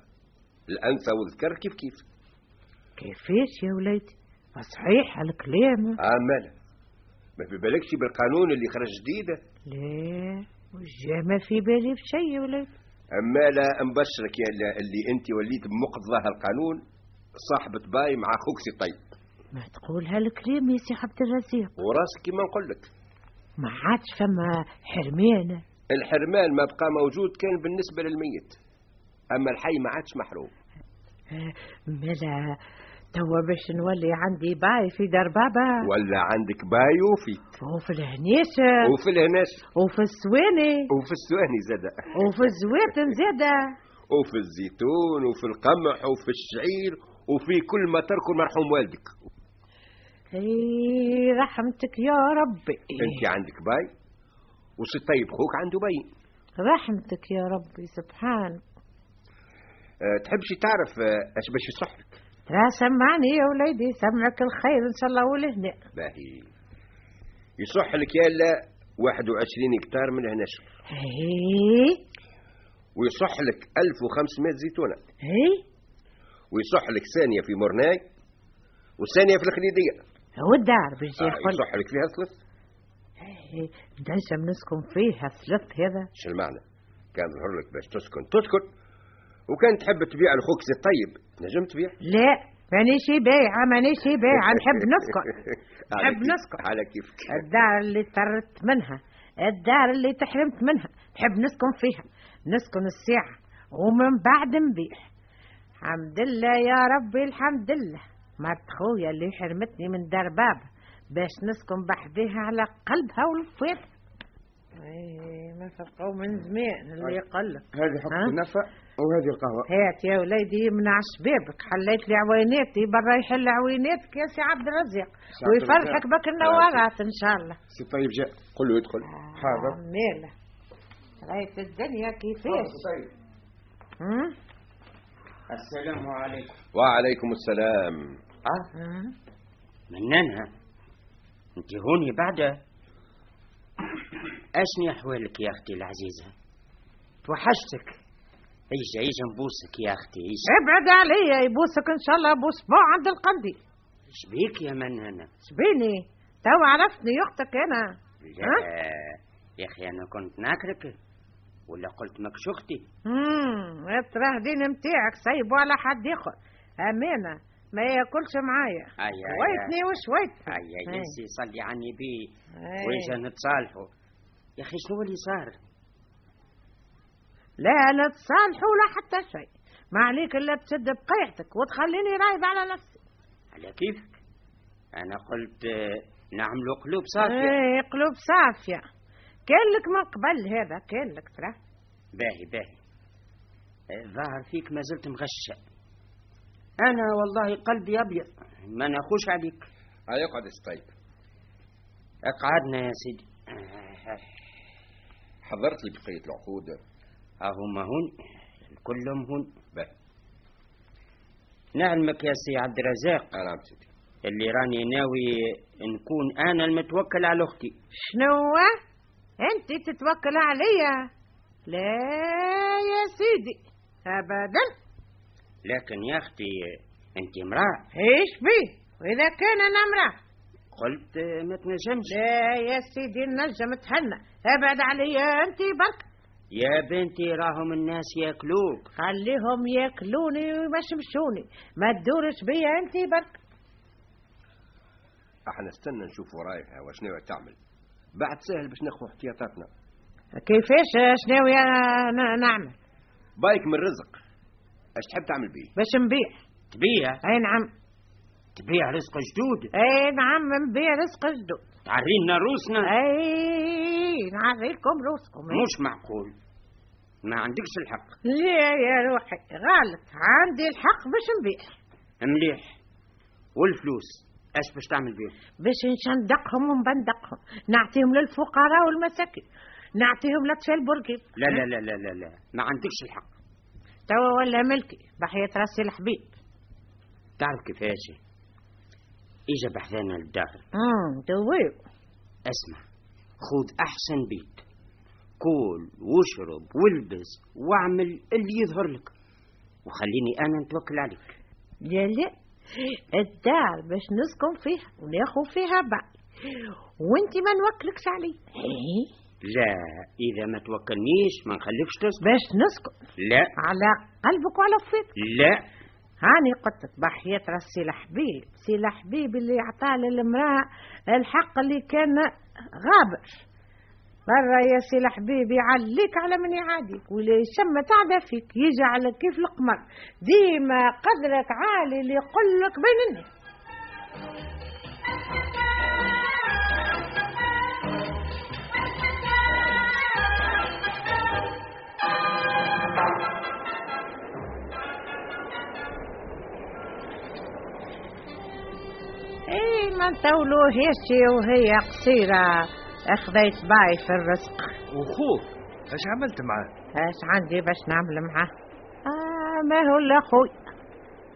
Speaker 2: الانثى والذكر كيف كيف
Speaker 4: كيفاش يا وليدي صحيح الكلام
Speaker 2: عمالة ما في بالكش بالقانون اللي خرج جديد
Speaker 4: لا وجا ما في بالي بشي يا وليدي
Speaker 2: أما لا مبشرك يا اللي, اللي أنت وليت بمقتضى هالقانون صاحبة باي مع خوك سي طيب
Speaker 4: ما تقول هالكلام يا سي عبد الرزيق
Speaker 2: وراسك كيما نقول لك
Speaker 4: ما عادش فما حرمان
Speaker 2: الحرمان ما بقى موجود كان بالنسبة للميت أما الحي ما عادش محروم
Speaker 4: آه، ملا توا باش نولي عندي باي في دار بابا
Speaker 2: ولا عندك باي وفيك
Speaker 4: وفي الهنيشة
Speaker 2: وفي الهناش
Speaker 4: وفي السواني
Speaker 2: وفي السواني زادة
Speaker 4: وفي الزواتن زادة
Speaker 2: وفي الزيتون وفي القمح وفي الشعير وفي كل ما تركه المرحوم والدك
Speaker 4: اي إيه، رحمتك يا ربي
Speaker 2: أنت عندك باي وسي طيب خوك عنده باي
Speaker 4: رحمتك يا ربي سبحان
Speaker 2: أه، تحبش تعرف أه، اش باش يصح لك
Speaker 4: لا سمعني يا وليدي سمعك الخير ان شاء الله ولهنا
Speaker 2: باهي يصح لك يلا 21 هكتار من هنا شهر
Speaker 4: اي
Speaker 2: ويصح لك 1500 زيتونه
Speaker 4: اي
Speaker 2: ويصح لك ثانيه في مرناي وثانيه في الخليديه
Speaker 4: والدار باش
Speaker 2: آه،
Speaker 4: يقول
Speaker 2: يصح لك فيها ثلاث
Speaker 4: إيه، دنشة منسكن فيها ثلث هذا
Speaker 2: شو المعنى كان ظهر لك باش تسكن تسكن وكان تحب تبيع الخوك زي الطيب نجم تبيع
Speaker 4: لا مانيش بايعة مانيش بايعة نحب نسكن
Speaker 2: على
Speaker 4: نحب
Speaker 2: كيف-
Speaker 4: نسكن.
Speaker 2: على كيفك
Speaker 4: الدار اللي طردت منها الدار اللي تحرمت منها نحب نسكن فيها نسكن الساعة ومن بعد نبيح الحمد لله يا ربي الحمد لله مرت خويا اللي حرمتني من دار بابا باش نسكن بحذيها على قلبها والفات اي إيه، ما فقوا من زمان اللي يقلك
Speaker 11: هذه حقبة
Speaker 4: ها؟
Speaker 11: النفع وهذه القهوة
Speaker 4: هات يا وليدي منع شبابك حليت لي عويناتي برا يحل عويناتك يا سي عبد الرزاق
Speaker 11: سي عبد الرزاق. آه.
Speaker 4: ويفرحك بك النوارات ان شاء الله
Speaker 11: سي طيب جاء
Speaker 2: قل له يدخل
Speaker 4: آه.
Speaker 11: حاضر
Speaker 4: مالا رايت الدنيا كيفاش هم؟
Speaker 10: السلام عليكم
Speaker 2: وعليكم السلام
Speaker 10: اه
Speaker 4: هم؟
Speaker 10: منانها انت هوني بعد اشني احوالك يا اختي العزيزه توحشتك ايش ايش نبوسك يا اختي ايش
Speaker 4: ابعد عليا يبوسك ان شاء الله باسبوع عند القندي
Speaker 10: شبيك يا منانه
Speaker 4: شبيني تو عرفتني اختك انا
Speaker 10: لا يا اخي انا كنت ناكرك ولا قلت ماكش اختي
Speaker 4: امم التراهدين متاعك سيبوا على حد اخر امانه ما ياكلش معايا
Speaker 10: اي اي
Speaker 4: شويتني وشويتني
Speaker 10: اي
Speaker 4: أي.
Speaker 10: يا سي صلي على النبي
Speaker 4: أي.
Speaker 10: ويجا نتصالحوا يا اخي شنو اللي صار
Speaker 4: لا لا تصالحوا ولا حتى شيء ما عليك الا تشد بقيعتك وتخليني رايد على نفسي
Speaker 10: على كيفك انا قلت آه، نعملوا قلوب صافيه
Speaker 4: ايه قلوب صافيه كان لك من قبل هذا كان لك ترى
Speaker 10: باهي باهي آه، ظاهر فيك ما زلت مغشة انا والله قلبي ابيض ما نخوش عليك
Speaker 2: هيا اقعد يا سي طيب
Speaker 10: اقعدنا يا سيدي آه،
Speaker 2: حضرت لي بقيه العقود
Speaker 10: آه، هما هون كلهم هون
Speaker 2: باهي
Speaker 10: نعلمك يا سي عبد الرزاق
Speaker 2: انا عم سيدي
Speaker 10: اللي راني ناوي نكون انا المتوكل على اختي
Speaker 4: شنو انت تتوكل عليا لا يا سيدي ابدا
Speaker 10: لكن يا آه، اختي انت امراه
Speaker 4: ايش بيه واذا كان انا امراه
Speaker 10: قلت آه، ما تنجمش
Speaker 4: لا يا سيدي النجم تهنى ابعد عليا انت برك
Speaker 10: يا بنتي راهم الناس ياكلوك
Speaker 4: خليهم ياكلوني وما يمشوني ما تدورش بيا انت برك
Speaker 2: احنا استنى نشوف رايها وشنو تعمل بعد سهل باش ناخذ احتياطاتنا
Speaker 4: كيفاش شناوي نعمل
Speaker 2: بايك من الرزق اش تحب تعمل بيه
Speaker 4: باش نبيع
Speaker 10: تبيع
Speaker 4: اي نعم
Speaker 10: تبيع رزق جدود
Speaker 4: اي نعم نبيع رزق جدو
Speaker 10: تعرينا روسنا
Speaker 4: اي نعطيكم رزقكم إي.
Speaker 10: مش معقول ما عندكش الحق
Speaker 4: لا يا روحي غلط عندي الحق باش نبيع
Speaker 10: مليح والفلوس اش باش تعمل بيه
Speaker 4: باش نشندقهم ونبندقهم نعطيهم للفقراء والمساكين نعطيهم لطفال برقي
Speaker 10: لا لا لا لا لا لا ما عندكش الحق
Speaker 4: توا ولا ملكي بحية راسي الحبيب
Speaker 10: تعرف كيفاش اجا بحذانا للدار
Speaker 4: امم دويو
Speaker 10: اسمع خذ احسن بيت كل واشرب والبس واعمل اللي يظهر لك وخليني انا نتوكل عليك
Speaker 4: لا لا الدار باش نسكن فيها وناخو فيها بعض وانت ما نوكلكش علي
Speaker 10: إيه؟ لا اذا ما توكلنيش ما نخليكش تسكن
Speaker 4: باش نسكن
Speaker 10: لا
Speaker 4: على قلبك وعلى فيك
Speaker 10: لا
Speaker 4: هاني قلت لك بحياة راس سي الحبيب سي الحبيب اللي عطاه للمرأة الحق اللي كان غابر برا يا سي الحبيب يعليك على من يعاديك ولا يشم تعدى فيك يجعلك كيف القمر ديما قدرك عالي اللي يقول لك بين الناس اي إيه، ما نطولوهاش وهي قصيرة اخذت باي في الرزق
Speaker 5: وخوك اش عملت معاه
Speaker 4: اش عندي باش نعمل معاه آه ما هو الا خويا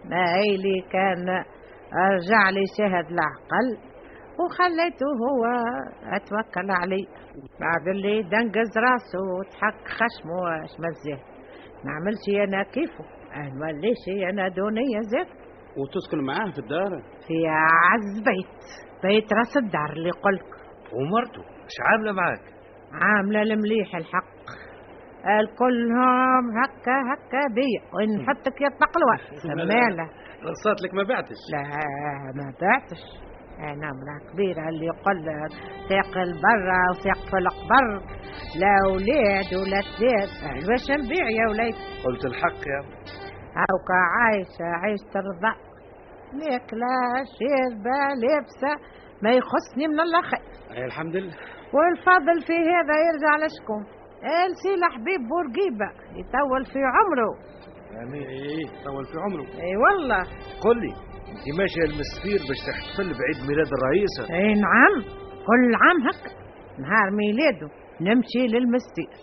Speaker 4: ما اللي كان رجع لي شاهد العقل وخليته هو اتوكل عليه بعد اللي دنقز راسه وضحك خشمه اش مزيه نعملش انا كيفه ما نوليش انا دونية زاد
Speaker 5: وتسكن معاه في الدار
Speaker 4: في عز بيت بيت راس الدار اللي قلت
Speaker 5: ومرته اش عامله معاك
Speaker 4: عاملة المليح الحق الكلهم هكا هكا بيا ونحطك يا الطقلوة سمالة
Speaker 5: رصات لك ما بعتش
Speaker 4: لا ما بعتش انا امرأة كبيرة اللي يقول ساق البرة وساق في القبر لا اولاد ولا تلات واش نبيع يا وليد
Speaker 5: قلت الحق يا
Speaker 4: هاكا عايشة عيشة الرضا ماكلة شاربة لابسة ما يخصني من الله خير
Speaker 5: أي الحمد لله
Speaker 4: والفضل في هذا يرجع لشكون السي الحبيب بورقيبة يطول في عمره
Speaker 5: يعني ايه طول في عمره
Speaker 4: اي والله
Speaker 5: قل لي انت ماشيه المسفير باش تحتفل بعيد ميلاد الرئيسه
Speaker 4: اي نعم كل عام هك نهار ميلاده نمشي للمستير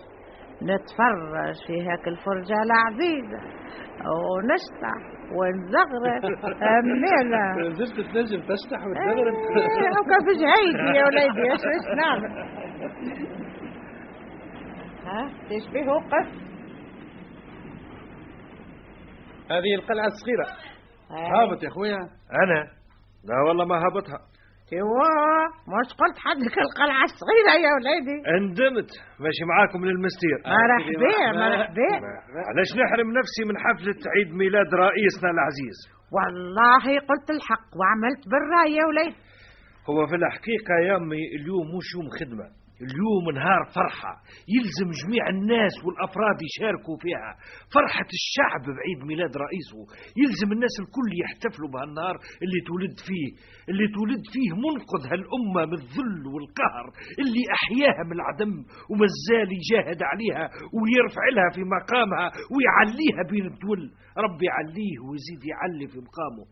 Speaker 4: نتفرج في هاك الفرجة العزيزة ونشطح ونزغرف أمانة
Speaker 5: زفت تنجم تشطح وتزغرب
Speaker 4: إيه، هكا في جهيدي يا وليدي اش باش نعمل ها تشبيه وقف
Speaker 5: هذه القلعه الصغيره
Speaker 4: إي.
Speaker 5: هابط يا خويا انا لا والله ما هابطها
Speaker 4: ايوا مش قلت حدك القلعة الصغيرة يا وليدي
Speaker 5: ندمت ماشي معاكم للمستير آه.
Speaker 4: مرحبا مرحبا
Speaker 5: علاش نحرم نفسي من حفلة عيد ميلاد رئيسنا العزيز
Speaker 4: والله قلت الحق وعملت بالراي يا وليدي
Speaker 5: هو في الحقيقة يا أمي اليوم مش يوم خدمة اليوم نهار فرحة يلزم جميع الناس والأفراد يشاركوا فيها فرحة الشعب بعيد ميلاد رئيسه يلزم الناس الكل يحتفلوا بهالنهار اللي تولد فيه اللي تولد فيه منقذ هالأمة من الذل والقهر اللي أحياها من العدم ومازال يجاهد عليها ويرفع لها في مقامها ويعليها بين الدول ربي يعليه ويزيد يعلي في مقامه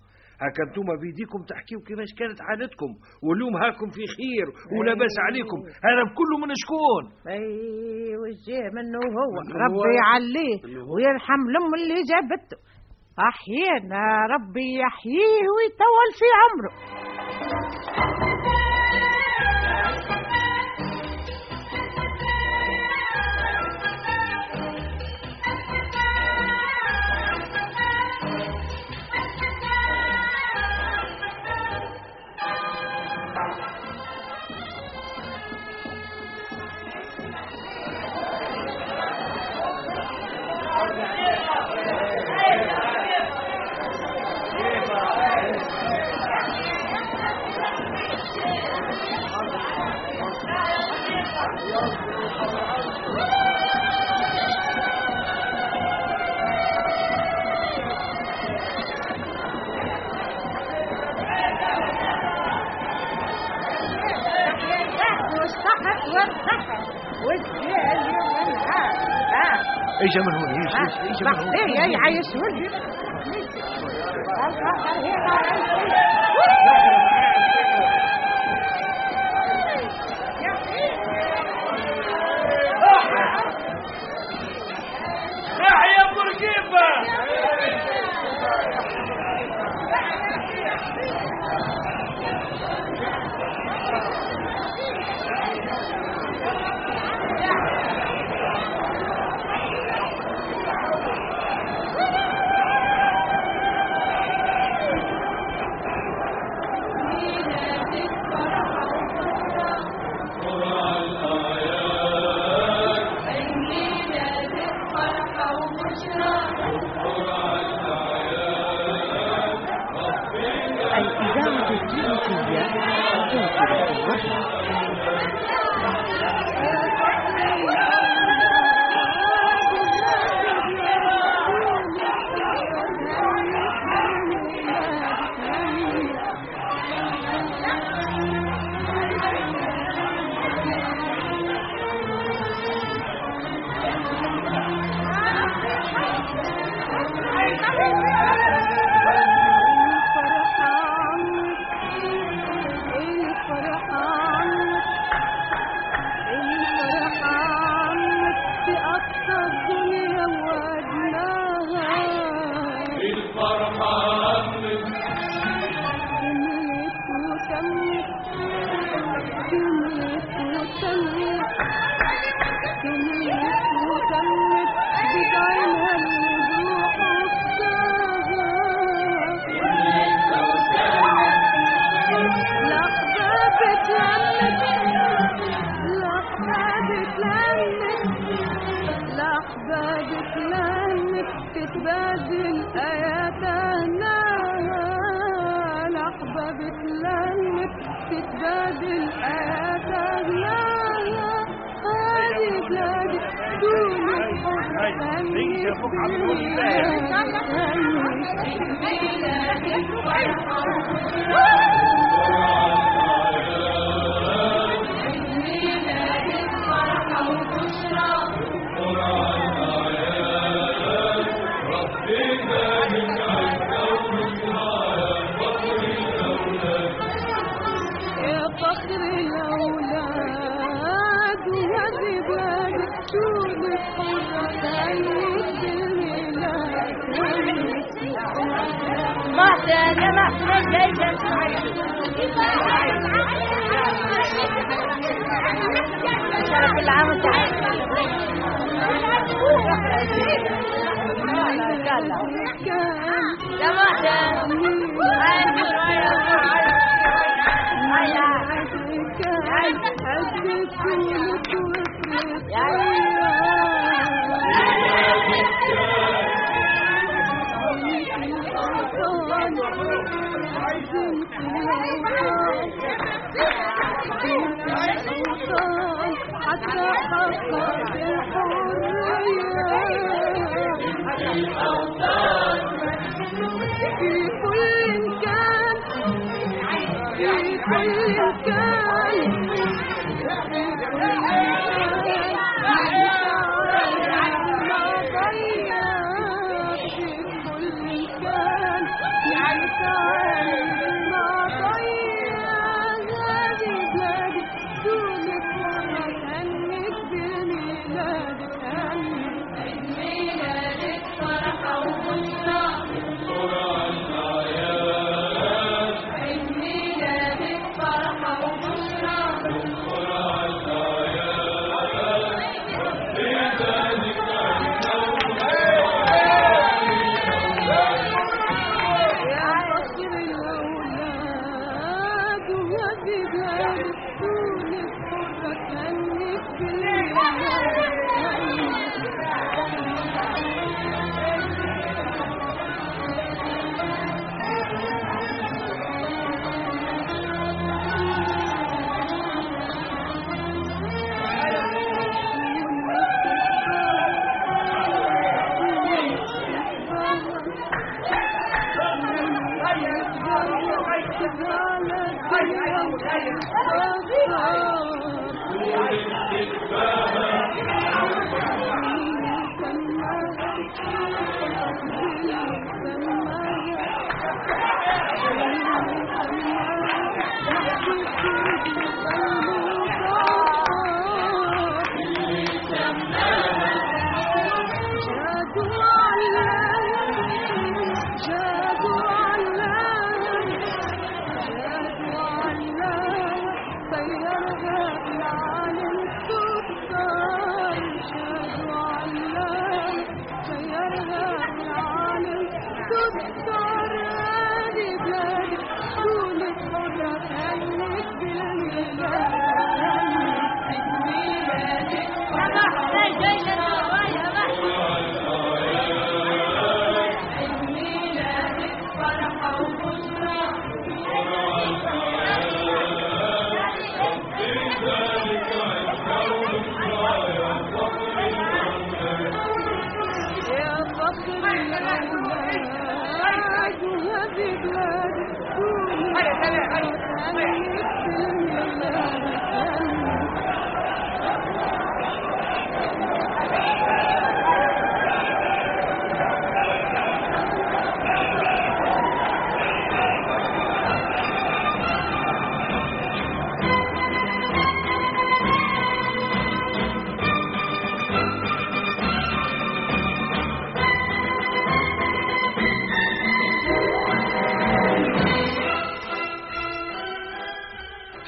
Speaker 5: هكا انتوما بيديكم تحكيوا كيفاش كانت حالتكم واليوم هاكم في خير ولا باس عليكم هذا كله من شكون
Speaker 4: اي وجه منه هو
Speaker 5: منه هو.
Speaker 4: ربي يعليه
Speaker 5: منه هو.
Speaker 4: ويرحم الام اللي جابته أحيانا ربي يحييه ويطول في عمره والصحت والصحت والجال والنهار آه.
Speaker 12: اجا من هون اجا اجا من هون
Speaker 4: إيه يعيشوني
Speaker 6: يحيى بورقيبة
Speaker 1: الإذاعة التونسية تنشر في الوطن.
Speaker 13: بتبادل آياتنا لحظة بتلمت بتبادل آياتنا هادي بلادي دون الحب هنيش يا فخر الأولاد وهذه بلادي دون الحب هنيش
Speaker 14: أنا محمود ليلى سعيد. شرف العام وانت عايش. يا معدن.
Speaker 13: Yeah.
Speaker 5: في بلادك تونس حرة كأنك كل يوم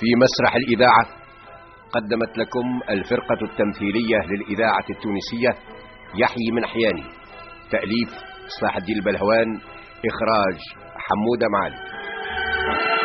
Speaker 13: في مسرح الإذاعة قدمت لكم الفرقة التمثيلية للإذاعة التونسية يحيي من حياني تأليف صلاح الدين البلهوان إخراج حمودة معالي